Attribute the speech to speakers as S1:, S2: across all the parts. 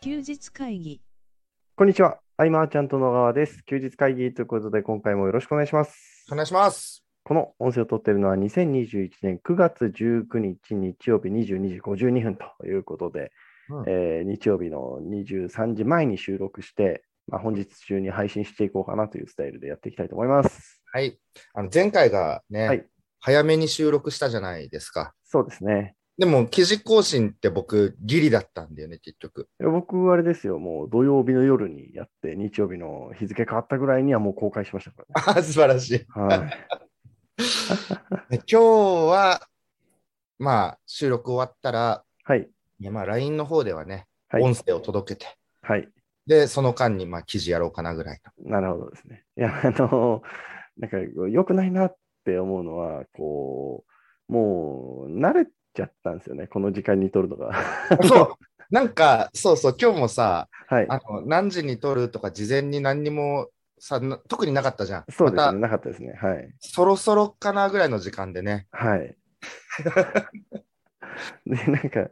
S1: 休日会議
S2: こんにちは。アイマーちゃんと野川です。休日会議ということで、今回もよろしくお願いします。
S3: お願いします。
S2: この音声を撮っているのは2021年9月19日日曜日22時52分ということで、
S3: うん
S2: えー日曜日の23時前に収録して、まあ、本日中に配信していこうかなというスタイルでやっていきたいと思います。
S3: はい。あの前回がね、
S2: はい
S3: 早めに収録したじゃないですか。
S2: そうですね。
S3: でも、記事更新って僕、ギリだったんだよね、結局。
S2: いや僕、あれですよ、もう土曜日の夜にやって、日曜日の日付変わったぐらいにはもう公開しましたか
S3: あー素晴らしい。
S2: らね。はい、
S3: で今日は、まあ、収録終わったら、
S2: はい。
S3: いやまあ、LINE の方ではね、
S2: はい
S3: 音声を届けて、
S2: はい。
S3: で、その間に、まあ、記事やろうかなぐらいの。
S2: なるほどですね。いや、あの、なんか良くないなって思うのは、こう、もう慣れちゃったんですよね、この時間に撮るのが。
S3: そう。なんか、そうそう、今日もさ、
S2: はい。
S3: あの何時に撮るとか、事前に何にもさ、な特になかったじゃん。
S2: そうですね、
S3: また、
S2: なかったですね。はい。
S3: そろそろかなぐらいの時間でね。
S2: はい。で、なんか、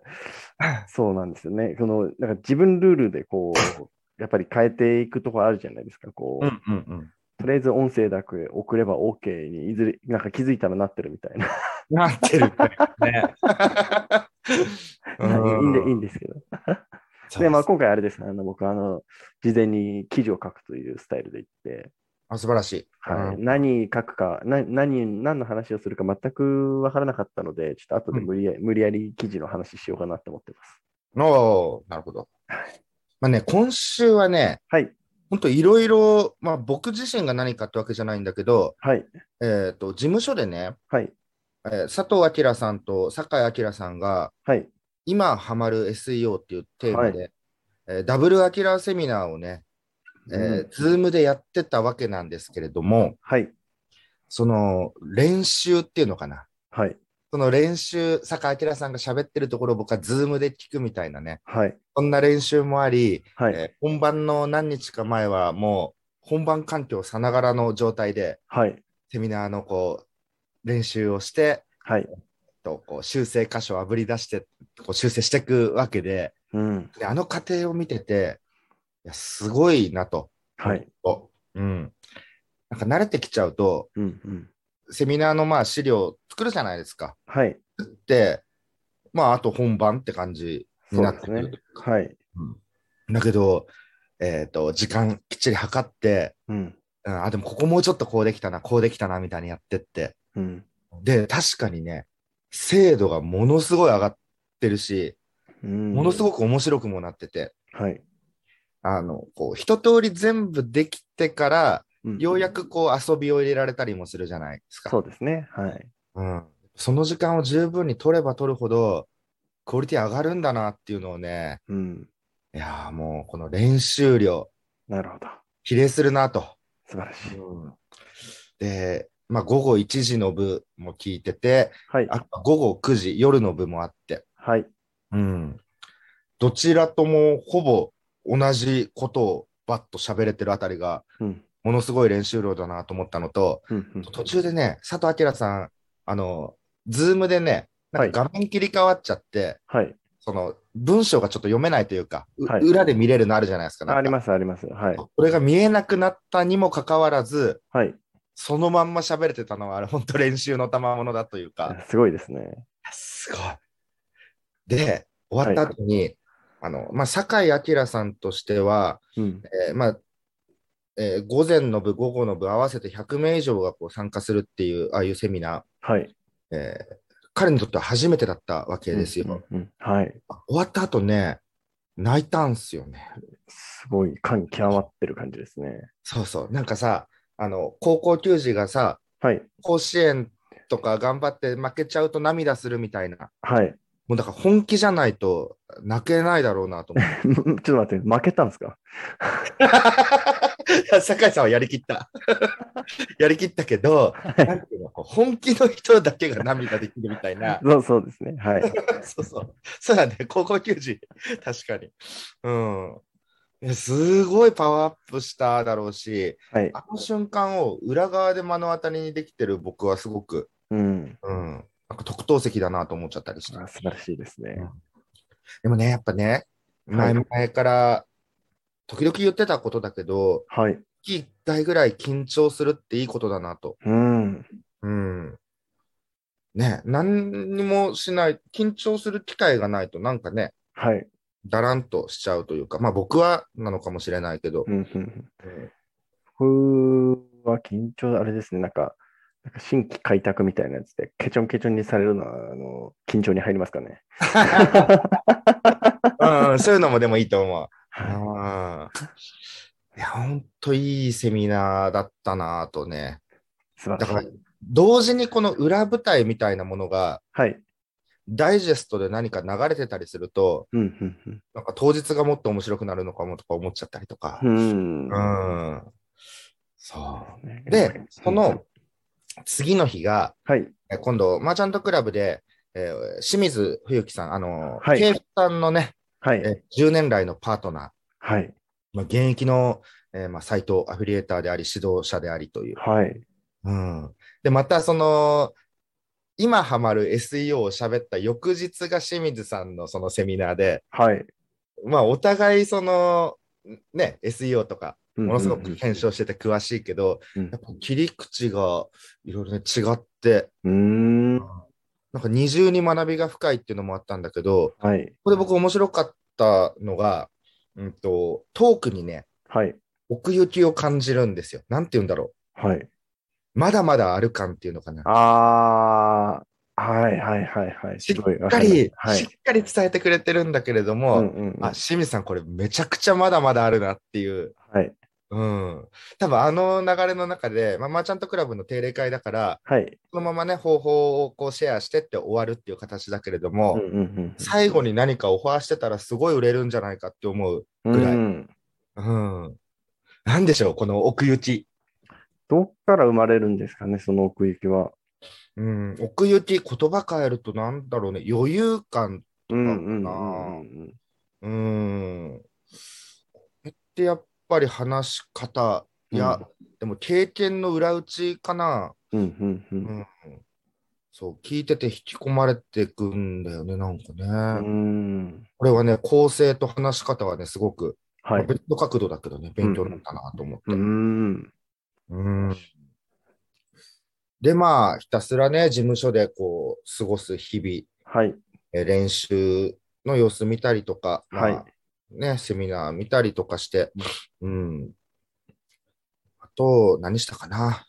S2: そうなんですよね。この、なんか自分ルールでこう、やっぱり変えていくところあるじゃないですか。こう、
S3: うんうん。
S2: とりあえず音声だけ送れば OK に、いずれ、なんか気づいたらなってるみたいな。
S3: なってる ね。
S2: い いんで、いいんですけど。で、まあ、今回あれです。あの僕、あの、事前に記事を書くというスタイルで行って、
S3: あ素晴らしい。
S2: はい
S3: うん
S2: 何書くかな、何、何の話をするか全く分からなかったので、ちょっと後で無理やり、無理やり記事の話しようかなと思ってます。
S3: おーなるほど。まあね、今週はね、
S2: はい、
S3: 本当いろいろ、まあ僕自身が何かってわけじゃないんだけど、
S2: はい、
S3: えっ、と、事務所でね、
S2: はい、
S3: えー佐藤明さんと酒井明さんが、
S2: はい、
S3: 今ハマる SEO っていうテーマで、えーダブルアキラーセミナーをね、え
S2: う
S3: ー、ズームでやってたわけなんですけれども、
S2: はい、
S3: その練習っていうのかな。
S2: はい、
S3: その練習、坂井明さんが喋ってるところを僕はズームで聞くみたいなね、
S2: はい、
S3: そんな練習もあり、
S2: はい、
S3: えー本番の何日か前はもう本番環境さながらの状態で
S2: はい、
S3: セミナーのこう練習をして、
S2: はい、
S3: とこう修正箇所をあぶり出して、こう修正していくわけで
S2: うん、
S3: であの過程を見てて、いやすごいなと。
S2: はい、
S3: おうん。なんか慣れてきちゃうと、
S2: うん、うん、
S3: セミナーのまあ資料作るじゃないですか。
S2: はい、
S3: で、まああと本番って感じに
S2: そ
S3: な
S2: うで
S3: って
S2: す
S3: くる
S2: ね。はい、
S3: だけど、えっ、と、時間きっちり測って、
S2: うん、
S3: うん、あ、でもここもうちょっとこうできたな、こうできたな、みたいにやってって。
S2: うん、
S3: で、確かにね、精度がものすごい上がってるし、
S2: うん、
S3: ものす
S2: く、
S3: ごく面白くもなってて、
S2: はい、
S3: あの、こう、一通り全部できてから、
S2: ん
S3: ようや、くこう遊びを入れられたりもするじゃないですか。
S2: そうですね。はい、
S3: うん、その時間を十分に取れば取るほど、クオリティ上がるんだなっていうのをね、
S2: うん、
S3: いやーもうこの練習量、
S2: なるほど。
S3: 比例するなと。
S2: 素晴らしい。
S3: で、まあ、午後1時の部も聞いてて、
S2: はい、
S3: あ午後9時、夜の部もあって、
S2: はい、
S3: うん、どちらともほぼ同じことをバッと喋れてるあたりが、
S2: うん、
S3: ものすごい練習量だなと思ったのと、
S2: うん、うん、
S3: 途中でね、佐藤明さん、あの、ズームでね、なんか画面切り替わっちゃって、
S2: はい、
S3: その文章がちょっと読めないというか、う
S2: はい
S3: 裏で見れるのあるじゃないですか。なんか
S2: あります、あります。はい。
S3: これが見えなくなったにもかかわらず、
S2: はい。
S3: そのまんま喋れてたのは、あれ、本当練習の賜物だというか、
S2: すごいですね。
S3: すごい。で、終わった後に、あの、まあ、酒井明さんとしては、
S2: うん。
S3: えーまあ、えー午前の部、午後の部合わせて100名以上がこう参加するっていう、ああいうセミナ
S2: はい。
S3: ー、えー彼にとっては初めてだったわけですよ。
S2: うん。うんはい。
S3: 終わった後ね、泣いたんすよね。
S2: すごい感極まってる感じですね。
S3: そうそう。なんかさ、あの、高校球児がさ、
S2: はい。
S3: 甲子園とか頑張って負けちゃうと涙するみたいな。
S2: はい。
S3: もうだから本気じゃないと泣けないだろうな と思って。
S2: ちょっと待って、負けたんですか。
S3: 酒井さんはやりきった。 やりきったけど、なんていうのこう本気の人だけが涙できるみたい な
S2: そうそうですね。はい。
S3: そうそう。そうだね。高校球児。確かに。うんいや。すごいパワーアップしただろうし、
S2: はい。
S3: あの瞬間を裏側で目の当たりにできてる僕はすごく、
S2: うん。
S3: うん、なんか特等席だなと思っちゃったりして。
S2: あ素晴らしいですね。
S3: でもね、やっぱね、前
S2: はい
S3: 々から時々言ってたことだけど、
S2: はい。
S3: 月1回ぐらい緊張するっていいことだなと。
S2: うん。
S3: うん。ね、何にもしない、緊張する機会がないと、なんかね、
S2: はい。
S3: だらんとしちゃうというか、まあ僕はなのかもしれないけど、
S2: うんうんうん
S3: うん
S2: 僕は緊張、あれですね、なんか、なんか新規開拓みたいなやつで、ケチョンケチョンにされるのは、あの、緊張に入りますか ね。
S3: うんそういうのもでもいいと思う。
S2: は
S3: うんいや、ほんといいセミナーだったなぁとね。
S2: い素晴ら
S3: だ
S2: し
S3: から
S2: い。、
S3: 同時にこの裏舞台みたいなものが、
S2: はい。
S3: ダイジェストで何か流れてたりすると、
S2: うん、うん、
S3: なんか当日がもっと面白くなるのかもとか思っちゃったりとか
S2: う。ん。
S3: う
S2: うん
S3: ん。そ
S2: ね
S3: う。で、そ、の次の日が、
S2: はい。
S3: え今度、マーチャントクラブで、えー清水冬樹さん、あの、
S2: はい
S3: 慶福さんのね、
S2: は
S3: え
S2: い。
S3: 10年来のパートナー、
S2: はい。
S3: まあ、現役の、えーまあ、サイトアフィリエーターであり、指導者でありという。
S2: はい。
S3: うん、で、またその、今ハマる SEO を喋った翌日が清水さんのそのセミナーで、
S2: はい。
S3: まあ、お互いその、ね、SEO とか、も
S2: も
S3: のすごく検証してて詳しいけど、
S2: うん
S3: やっぱ切り口がいろいろね違って、
S2: うーん。
S3: なんか二重に学びが深いっていうのもあったんだけど、
S2: はい。
S3: これ僕面白かったのが、うんと、トークにね、
S2: はい。
S3: 奥行きを感じるんですよ。なんて言うんだろう。
S2: はい。
S3: まだまだある感っていうのかな。
S2: あー。はい。はい。はい。はい。
S3: し
S2: す
S3: っ
S2: ごい。わ
S3: か
S2: ります
S3: り、
S2: は
S3: しっ
S2: い。
S3: かり伝えてくれてるんだけれど
S2: う
S3: も、
S2: んうんうん
S3: あ、清水さん、これめちゃくちゃまだまだあるなっていう。
S2: はい。
S3: うん。多分あの流れの中で、まあ、マーチャントクラブの定例会だから、
S2: はい。
S3: そのままね、方法をこうシェアしてって終わるっていう形だけれども、
S2: うんうんうん
S3: 最後に何かオファーしてたらすごい売れるんじゃないかって思う。
S2: うん。
S3: ぐらい
S2: うん
S3: うん。なんでしょう、この奥行き。
S2: どっから生まれるんですかね、その奥行きは。
S3: うん、奥行き、言葉変えるとなんだろうね、余裕感
S2: うん
S3: な
S2: う
S3: のか
S2: んう
S3: な
S2: う
S3: ん
S2: ん。
S3: うーん。これってやっぱり話し方いや、でも経験の裏打ちかな。
S2: うんうんうん
S3: うん。そう、聞いてて引き込まれてくんだよね、なんか
S2: う
S3: ね。
S2: ん。
S3: これはね、構成と話し方はね、すごく、
S2: は
S3: ま
S2: い
S3: あ。別の角度だけどね、勉強になったなと思って。
S2: う
S3: うん。
S2: ん。
S3: で、まあ、ひたすらね、事務所でこう、過ごす日々。
S2: はい。
S3: えー練習の様子見たりとか、まあ
S2: はい
S3: ね、セミナー見たりとかして、うん。あと、何したかな。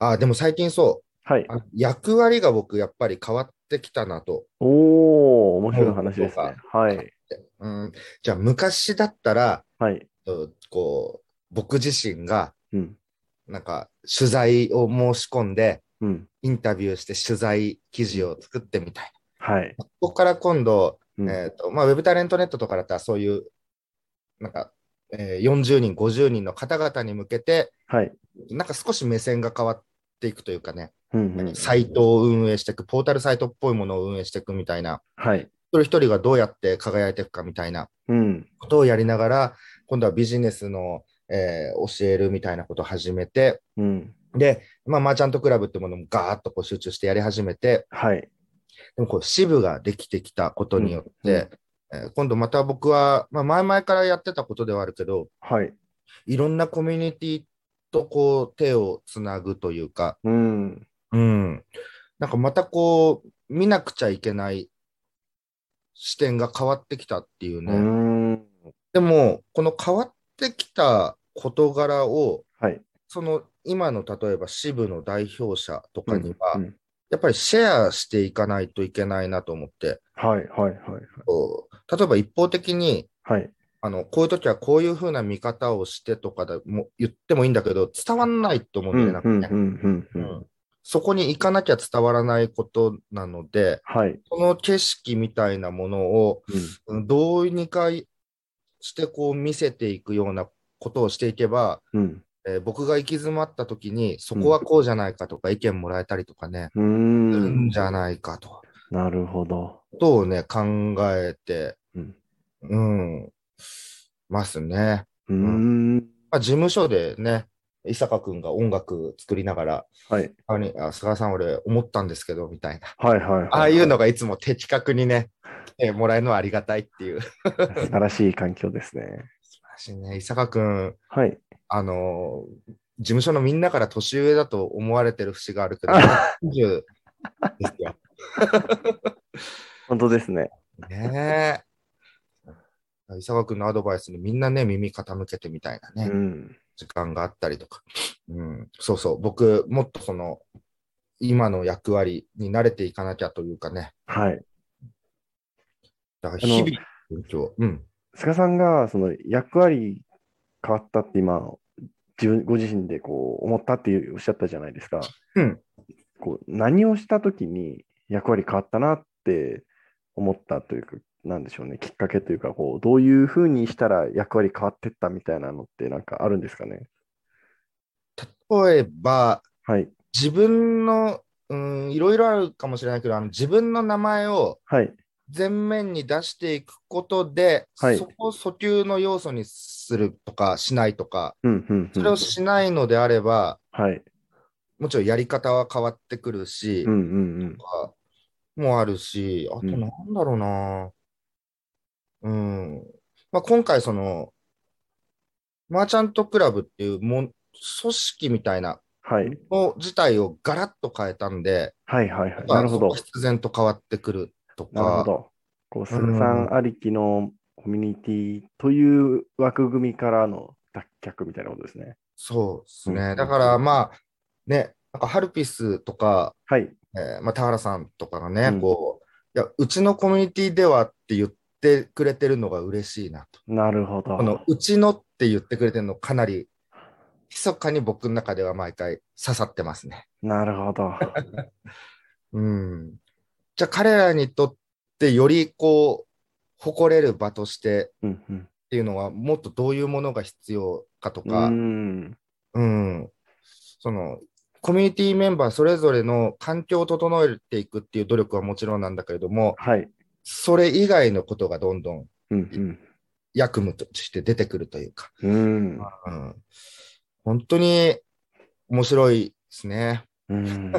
S3: あ、でも最近そ、。
S2: はいう
S3: あ役割が僕やっぱり変わってきたなと。
S2: おー、面白い話ですね。はい。
S3: うん、じゃあ昔だったら、
S2: はい。
S3: うんこう、僕自身が、
S2: うん。
S3: なんか取材を申し込んで、
S2: うん。
S3: インタビューして取材記事を作ってみたい。
S2: はい。
S3: ここから今度、
S2: うん
S3: えーとまあ、ウェブタレントネットとかだったら、そういう、なんか、えー40人、50人の方々に向けて、
S2: はい。
S3: なんか少し目線が変わっていくというかね、
S2: うんうん。
S3: サイトを運営していく、ポータルサイトっぽいものを運営していくみたいな、
S2: はい。
S3: 一人一人がどうやって輝いていくかみたいな
S2: うん。
S3: ことをやりながら、今度はビジネスの、えー教えるみたいなことを始めて、
S2: うん。
S3: で、まあ、マーチャントクラブってものもガーッとこう集中してやり始めて、
S2: はい。
S3: でもこう支部ができてきたことによっ
S2: うんう
S3: て、えー今度また僕は、まあ、前々からやってたことではあるけど、
S2: はい。
S3: いろんなコミュニティとこう手をつなぐというか、
S2: うん。
S3: うん、なんかまたこう見なくちゃいけない視点が変わってきたっていう
S2: う
S3: ね。
S2: ん。
S3: でも、この変わってきた事柄を、
S2: はい。
S3: その今の例えば支部の代表者とかには、
S2: うん
S3: やっぱりシェアしていかないといけないなと思って、
S2: はい。はい。はい。
S3: こう例えば一方的に
S2: はい。
S3: あのこういう時はこういうふうな見方をしてとかでも言ってもいいんだけど伝わんないと思う
S2: うん
S3: だ
S2: ん。
S3: よ
S2: う
S3: ね
S2: ん
S3: なん。
S2: う
S3: か
S2: ん
S3: ね。
S2: うん。う。
S3: うんんそこに行かなきゃ伝わらないことなので
S2: はい。
S3: その景色みたいなものを
S2: うん。
S3: うんどうにかしてこう見せていくようなことをしていけば、
S2: うん。
S3: えー僕が行き詰まった時にそこはこうじゃないかとか意見もらえたりとかね、
S2: う
S3: うんん、じゃないかと
S2: なるほど。
S3: ことをね考えて、
S2: うん。
S3: うん、ますね。
S2: うーん。
S3: まあ、事務所でね、伊坂君が音楽作りながら、
S2: はい。
S3: あにあ菅さん、俺、思ったんですけど、みたいな。
S2: はいはいはい。
S3: ああいうのがいつも的確にね、来てもらえるのはありがたいっていう。素
S2: 素晴らしい環境ですね。
S3: 晴らしいね。伊坂くん、
S2: はい。
S3: あの、事務所のみんなから年上だと思われてる節があ るけど、
S2: あ
S3: 30ですよ。
S2: 本当ですね。
S3: ねえ。伊沢君のアドバイスにみんなね、耳傾けてみたいな
S2: う
S3: ね、
S2: ん。
S3: 時間があったりとか。うん、そうそう、僕、もっとその、今の役割に慣れていかなきゃというかね、
S2: はい。
S3: だから日々、勉強。うん。
S2: 菅さんが、その役割変わったって今、自分、ご自身でこう、思ったっていうおっしゃったじゃないですか。
S3: うん。
S2: こう、何をしたときに役割変わったなって思ったというか、なんでしょうね。きっかけというか、こう、どういうふうにしたら役割変わってったみたいなのってなんかあるんですかね。
S3: 例えば、
S2: はい。
S3: 自分の、うん、いろいろあるかもしれないけど、あの自分の名前を
S2: はい。
S3: 前面に出していくことで、
S2: はい
S3: そこを訴求の要素にするとか、しないとか、
S2: うん、うん、う
S3: そ
S2: ん
S3: れをしないのであれば、
S2: はい。
S3: もちろんやり方は変わってくるし、
S2: うん、うん、うん。
S3: あもあるし、あと
S2: うん
S3: なんだろうな。うん。まあ、今回、その、マーチャントクラブっていうもん組織みたいな
S2: はい。
S3: の自体をガラッと変えたんで、
S2: はい、はい、はい。なるほ
S3: そこ
S2: ど
S3: が。必然と変わってくると
S2: な
S3: か、
S2: るほど。こう、
S3: う
S2: 菅
S3: ん
S2: さんありきのコミュニティという枠組みからの脱却みたいなことですね。
S3: そうです
S2: うん
S3: ね。だから、まあ、ね、なんかハルピスとか、
S2: はい。
S3: えーまあ、田原さんとかがね、
S2: うん
S3: こういや、うちのコミュニティではって言ってくれてるのが嬉しいなと。
S2: なるほど。
S3: このうちのって言ってくれてるの、かなり、密かに僕の中では毎回刺さってますね。
S2: なるほ ど。
S3: うん。じゃあ、彼らにとって、よりこう、誇れる場として
S2: うんうん
S3: っていうのは、もっとどういうものが必要かと
S2: う
S3: か、
S2: ん。
S3: うん、そのコミュニティメンバーそれぞれの環境を整えていくっていう努力はもちろんなんだけれども、
S2: はい。
S3: それ以外のことがどんどん
S2: うん
S3: 役務として出てくるというか、
S2: うん。うん
S3: うん、本当に面白いですね。
S2: うん。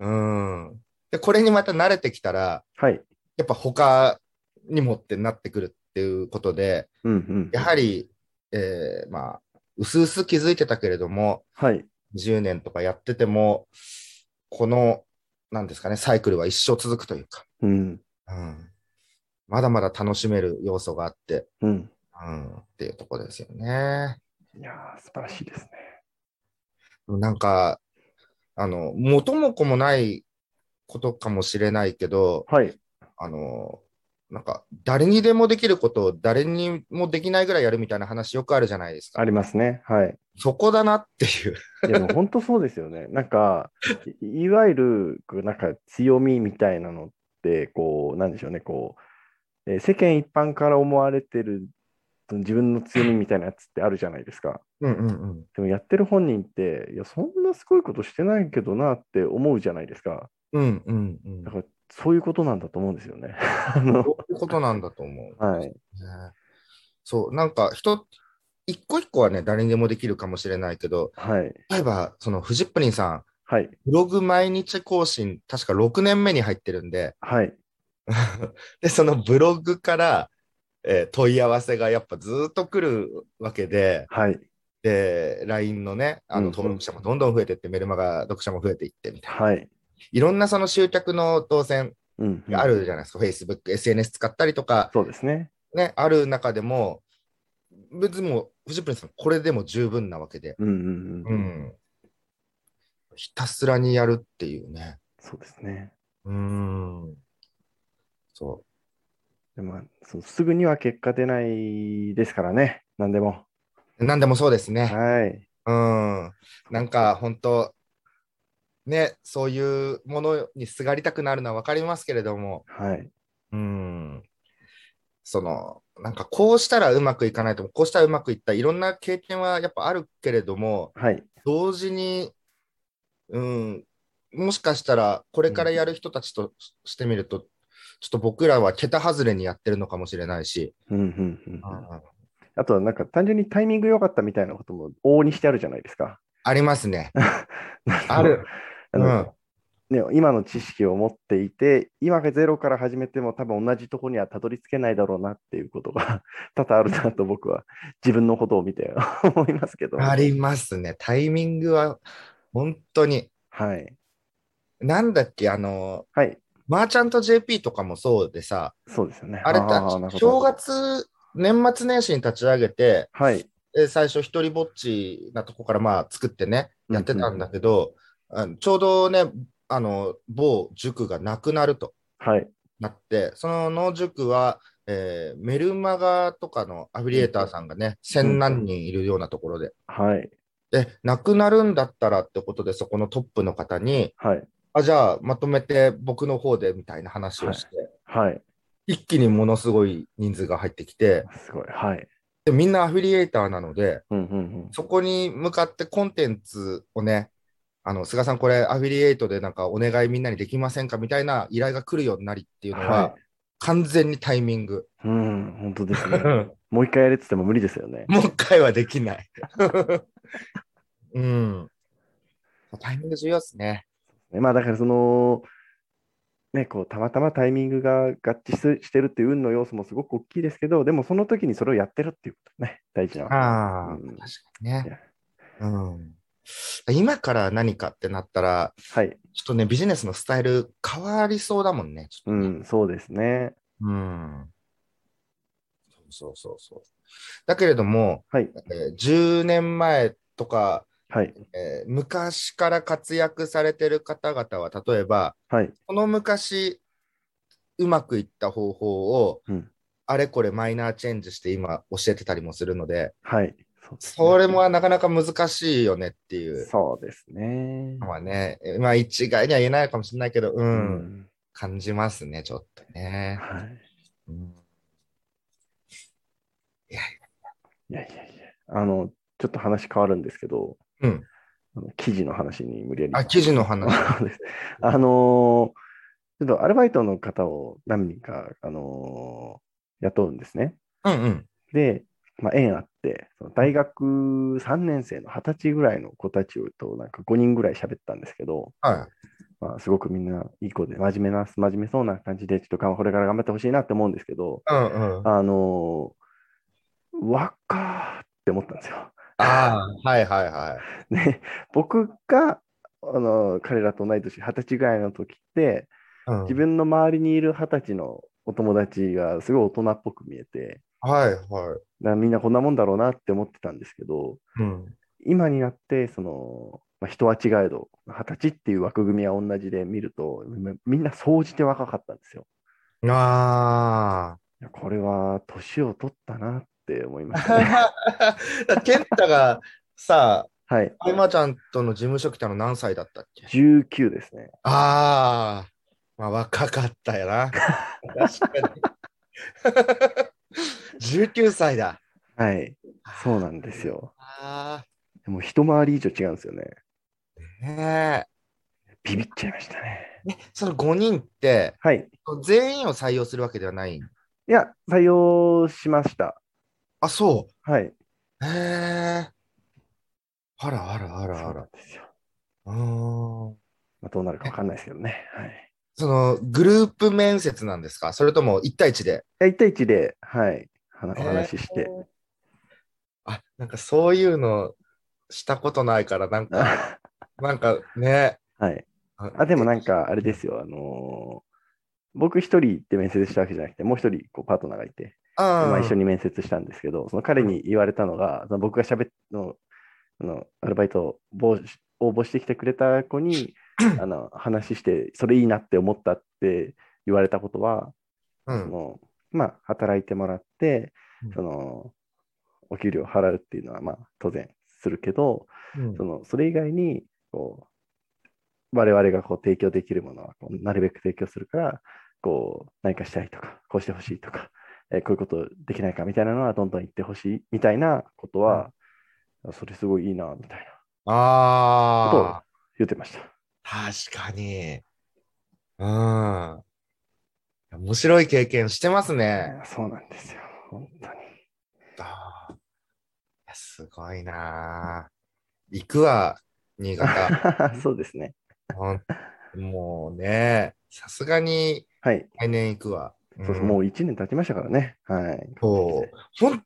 S3: うん、でこれにまた慣れてきたら、
S2: はい。
S3: やっぱ他にもってなってくるっていうことで、
S2: うんうん。
S3: やはり、えーまあ、薄々気づいてたけれども、
S2: はい。
S3: 10年とかやってても、この、なんですかね、サイクルは一生続くというか、
S2: うん。
S3: うん、まだまだ楽しめる要素があって、
S2: うん。
S3: うん、っていうところですよね。
S2: いやー、素晴らしいですね。
S3: なんか、あの、元も子もないことかもしれないけど、
S2: はい。
S3: あの、なんか、誰にでもできることを誰にもできないぐらいやるみたいな話よくあるじゃないです
S2: あ
S3: か。
S2: りますね。はい。
S3: そこだなっていう。
S2: いやでも本当そうですよ ね。なんか、いいわゆる、こうなんか強みみたいなのって、こう、なんでしょうね、こう、えー世間一般から思われてるその自分の強みみたいなやつってあるじゃないですか。
S3: うんうんうん。
S2: でもやってる本人って、いや、そんなすごいことしてないけどなって思うじゃないですか。
S3: うんうんうん。
S2: だか
S3: ど
S2: ら、そういうことなんだと思うんですよね。 あの
S3: ういうことなんだと思う。
S2: はい。
S3: ねそう、なんか人、一個一個はね、誰にでもできるかもしれないけど、
S2: はい。
S3: 例えば、そのフジップリンさん、
S2: はい。
S3: ブログ毎日更新、確か6年目に入ってるんで、
S2: はい。
S3: で、そのブログから、えー問い合わせがやっぱずーっと来るわけで、
S2: はい。
S3: で、LINE のね、あの
S2: うん
S3: 登録者もどんどん増えてって、メルマガ読者も増えていってみたいな。
S2: はい。
S3: いろんなその集客の当選
S2: うん、うん
S3: があ。るじゃないですか。Facebook、SNS 使ったりとか、
S2: そうですね。
S3: ね、ある中でも、別にもう、フジプリンさん、これでも十分なわけで、
S2: うんうんうん。
S3: ん。ひたすらにやるっていうね。
S2: そうですね。
S3: うん。そ
S2: でもまあそうすぐには結果出ないですからね、何でも。
S3: う。なんでもそうですね。
S2: はい。
S3: うん。なんか、本当ね、そういうものにすがりたくなるのはわかりますけれども、
S2: はい。
S3: うん。その、なんか、こうしたらうまくいかないとも、こうしたらうまくいった、いろんな経験はやっぱあるけれども、
S2: はい。
S3: 同時に、うん、もしかしたらこれからやる人たちとししてみると、ちょっと僕らは桁外れにやってるのかもしれないし、
S2: うんうんうん。あとはなんか単純にタイミング良かったみたいな ことも往々にしてあるじゃないですか。
S3: ありますね。
S2: なんか
S3: ある。
S2: あの、ね、今の知識を持っていて、今がゼロから始めても多分同じとこにはたどり着けないだろうなっていうことが 多々あるなと僕は自分のことを見て思いますけど。
S3: ありますね。タイミングは本当に。
S2: はい。
S3: なんだっけ、あの、
S2: はい。
S3: マーチャント JP とかもそうでさ、
S2: そうですよね。
S3: あれ
S2: ーなるほど
S3: 正月、年末年始に立ち上げて、
S2: はい。
S3: えー最初一人ぼっちなとこからまあ作ってね、やってたんだけど、あのちょうどね、あの、某塾がなくなると
S2: はい。
S3: なって、その農塾は、えーメルマガとかのアフィリエーターさんがね、千何人いるようなところで、
S2: はい。
S3: で、なくなるんだったらってことで、そこのトップの方に、
S2: はい。
S3: あ、じゃあまとめて僕の方でみたいな話をして、
S2: はい。
S3: 一気にものすごい人数が入ってきて、
S2: すごい。はい。
S3: でみんなアフィリエーターなので、
S2: うんうんうん。
S3: そこに向かってコンテンツをね、あの菅さん、これ、アフィリエイトでなんかお願いみんなにできませんかみたいな依頼が来るようになりっていうのは、
S2: は
S3: 完全にタイミング。
S2: い。うん、本当です
S3: う
S2: ね。
S3: ん
S2: もう一回やれって言っても無理ですよね。
S3: もう一回はできない。 うん、タイミング重要ですね。
S2: まあだからその、ね、こうたまたまタイミングが合致すしてるっていう運の要素もすごく大きいですけど、でもその時にそれをやってるっていうことね、大事なの
S3: ああ、
S2: うん
S3: 確かにね、うん。今から何かってなったら、
S2: はい、
S3: ちょっとね、ビジネスのスタイル変わりそうだもんね。ちょ
S2: う
S3: っとね
S2: ん、そうですね。
S3: うん。そうそうそう。だけれども、
S2: はい、
S3: えー10年前とか、
S2: はい、
S3: えー昔から活躍されてる方々は、例えば、
S2: はい、
S3: この昔、うまくいった方法を、
S2: うん
S3: あれこれマイナーチェンジして今教えてたりもするので、
S2: はい。そうですね
S3: それもなかなか難しいよねっていう
S2: そうですね。
S3: のはね、まあ一概には言えないかもしれないけど、う、
S2: うん
S3: 感じますね、ちょっとね。
S2: はい
S3: うん
S2: いやいやいや、あの、ちょっと話変わるんですけど、
S3: うん
S2: あの記事の話に無理やり。
S3: あ、記事の話。
S2: そうですあのーちょっとアルバイトの方を何人か、あのー雇うんですね。
S3: うんうん。
S2: で、まあ、縁あって、その大学3年生の20歳ぐらいの子たちとなんか5人ぐらい喋ったんですけど、
S3: は
S2: まあ、すごくみんないい子で、真面目な、真面目そうな感じで、ちょっと頑張これから頑張ってほしいなって思うんですけど、
S3: い。うんうん。あ
S2: あのー、若ーって思ったんですよ。
S3: あー、はいはいは
S2: ね、僕が、あのー彼らと同い年、20歳ぐらいの時って、
S3: い。うん
S2: 自分の周りにいる20歳のお友達がすごい大人っぽく見えて、
S3: はいはい。
S2: なみんなこんなもんだろうなって思ってたんですけど、
S3: うん。
S2: 今になって、その、まあ、人は違えど、二十歳っていう枠組みは同じで見ると、みみんな総じて若かったんですよ。
S3: あ
S2: いやこれは年を取ったなって思い ましたね。
S3: あ。ケンタがさ、
S2: はい。
S3: あいまちゃんとの事務所来たの何歳だったっけ
S2: 19ですね。
S3: ああ。まあ若かったよな。確かに。19歳 だ。
S2: はい。そうなんですよ。
S3: あ
S2: でも一回り以上違うんですよね。
S3: あ。ね
S2: ビビっちゃいましたね。
S3: え。その5人って、
S2: はい。
S3: 全員を採用するわけではない。
S2: いや、採用しました。
S3: あ、そう。
S2: はい。
S3: へえ。あらあらあ
S2: そ
S3: らあ
S2: うな
S3: ら
S2: ん。ですよ。
S3: うーん。
S2: まあ、どうなるかわかんないですけどね。はい。
S3: そのグループ面接なんですかそれとも1対1で
S2: いや一対一で、はい。はなお話しして。。
S3: あ、なんかそういうのしたことないから、なんか、なんかね。
S2: はい。あ、でもなんか、あれですよ、あのー僕一人で面接したわけじゃなくて、もう一人こうパートナーがいて、ま
S3: あ
S2: あ、
S3: ー
S2: 一緒に面接したんですけど、その彼に言われたのが、その僕が喋っの、あの、アルバイト応募し応募してきてくれた子に、あの、話して、それいいなって思ったって言われたことは、
S3: う
S2: そ
S3: ん。
S2: の、まあ、働いてもらって
S3: うん、
S2: その、お給料払うっていうのは、まあ、当然するけど、
S3: うん
S2: そのそれ以外にこう我々がこう提供できるものはこうなるべく提供するからこう何かしたいとかこうしてほしいとか、えーこういうことできないかみたいなのはどんどん言ってほしいみたいなことは、それすごいいいなみたいな
S3: ああ。
S2: 言ってました。
S3: 確かに。うん。面白い経験してますね。
S2: そうなんですよ本当 に
S3: あーいやすごい なー。行くわ、新潟。
S2: そうですね
S3: 本もうね、さすがに
S2: はい。
S3: 来年行くわ。
S2: そうそう、
S3: ん
S2: もう1年経ちましたからね。はい。
S3: そう。ほん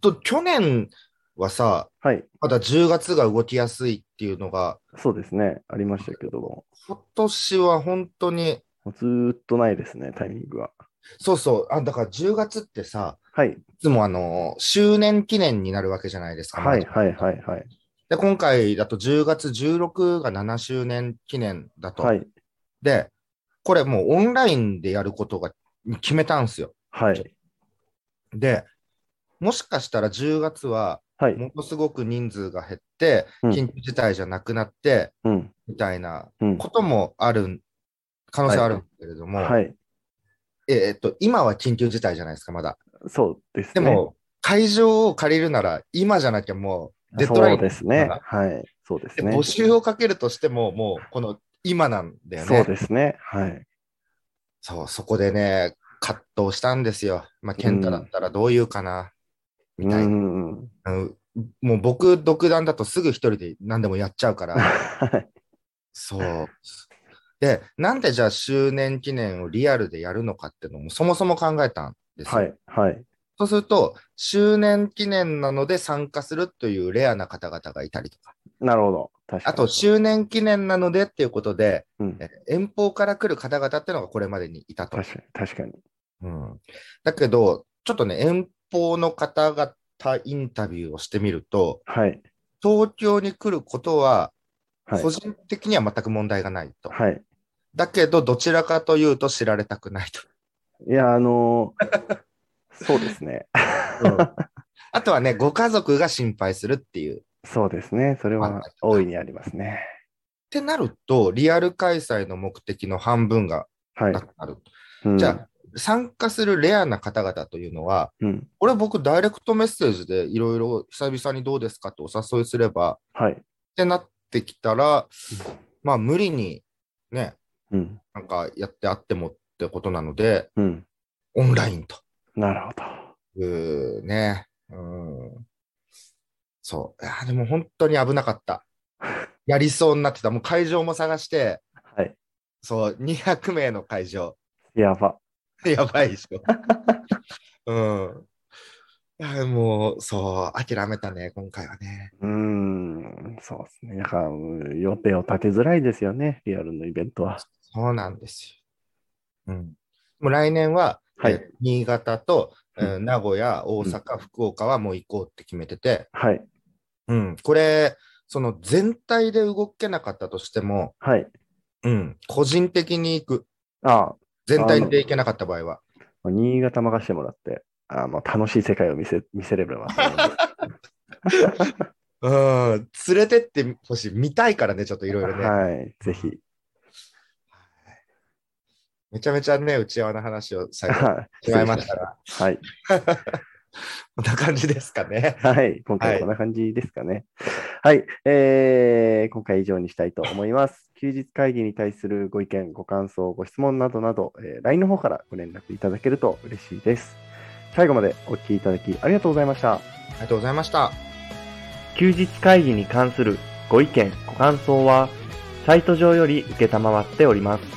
S3: と、去年はさ、
S2: はい。
S3: まだ10月が動きやすいっていうのが、
S2: そうですね。ありましたけども。
S3: 今年は本当に、
S2: もうずーっとないですね、タイミングは。
S3: そうそう、あだから10月ってさ、
S2: はい。
S3: いつもあの、周年記念になるわけじゃないですか。
S2: はい、
S3: まあ
S2: はい、はい、はい。
S3: で、今回だと10月16が7周年記念だと。
S2: はい。
S3: で、これもうオンラインでやることが決めたんですよ。
S2: はい。
S3: で、もしかしたら10月は、
S2: はい。
S3: ものすごく人数が減って、
S2: うん
S3: 緊急事態じゃなくなって、
S2: うん。
S3: みたいな
S2: うん。
S3: こともある、可能性あるんですけれども、
S2: はい。
S3: えーっと、今は緊急事態じゃないですか、まだ。
S2: そうです
S3: で
S2: ね。
S3: も、会場を借りるなら、今じゃなきゃもう、デッドライン
S2: そうですね。はい。そうです
S3: で
S2: ね。
S3: 募集をかけるとしても、もう、この今なんだよね。
S2: そうですね。はい。
S3: そう、そこでね、葛藤したんですよ。まあ、健太だったらどう言うかな、み
S2: う
S3: たいな。
S2: ん。
S3: あのもう僕、独断だとすぐ一人で何でもやっちゃうから、
S2: はい。
S3: そう。で、なんでじゃあ周年記念をリアルでやるのかっていうのもそもそも考えたんですよ。
S2: はい。はい。
S3: そうすると、周年記念なので参加するというレアな方々がいたりとか、
S2: なるほど。確か
S3: あ
S2: に。
S3: と周年記念なのでっていうことで、
S2: うん
S3: え遠方から来る方々っていうのがこれまでにいたと。
S2: 確かに。確かに。
S3: うん、だけど、ちょっとね、遠方の方々インタビューをしてみると、
S2: はい。
S3: 東京に来ることは、
S2: はい
S3: 個。人的には全く問題がないと。
S2: はい。
S3: だけど、どちらかというと知られたくないと。
S2: いや、あのーそうですね。
S3: あとはね、ご家族が心配するっていう。っ
S2: そうですね。それは大いにありますね。
S3: てなると、リアル開催の目的の半分が
S2: はい
S3: な。くなる。
S2: うん
S3: じゃあ、参加するレアな方々というのは、
S2: うん。
S3: これ僕、ダイレクトメッセージでいろいろ久々にどうですかってお誘いすれば、
S2: はい。
S3: ってなってきたら、まあ無理にね、
S2: うん。
S3: なんかやってあってもってことなので、
S2: うん。
S3: オンラインと
S2: なるほど。
S3: いうね。うん。そう。いやでも本当に危なかった。やりそうになってた。もう会場も探して、
S2: はい。
S3: そう、200名の会場。
S2: やば。
S3: やばいでしょ。うん。いやもう、そう、諦めたね、今回はね。
S2: うーん。そうですね。だから、うん予定を立てづらいですよね。リアルのイベントは。
S3: そうなんですよ。うん。もう来年は、
S2: はい
S3: えー新潟と、えー
S2: う
S3: 名古屋、大阪、福岡はもう行こうって決めてて、
S2: はい。
S3: うん、これ、その全体で動けなかったとしても、
S2: はい。
S3: うん、個人的に行く。
S2: あ
S3: 全体で行けなかった場合は。
S2: あ、新潟任してもらって、ああ、もう楽しい世界を見せ、見せれば。
S3: うん、連れてってほしい。見たいからね、ちょっといろいろね。
S2: はい。ぜひ。
S3: めちゃめちゃね、内輪の話を最後に
S2: は
S3: しまいましたが、
S2: はい。
S3: こんな感じですかね。
S2: はい。今回はこんな感じですかね。はい、えー今回以上にしたいと思います。 休日会議に対するご意見、ご感想、ご質問などなど、えー LINE の方からご連絡いただけると嬉しいです。最後までお聞きいただきありがとうございました。
S3: ありがとうございました。
S2: 休日会議に関するご意見、ご感想は、サイト上より受けたまわっております。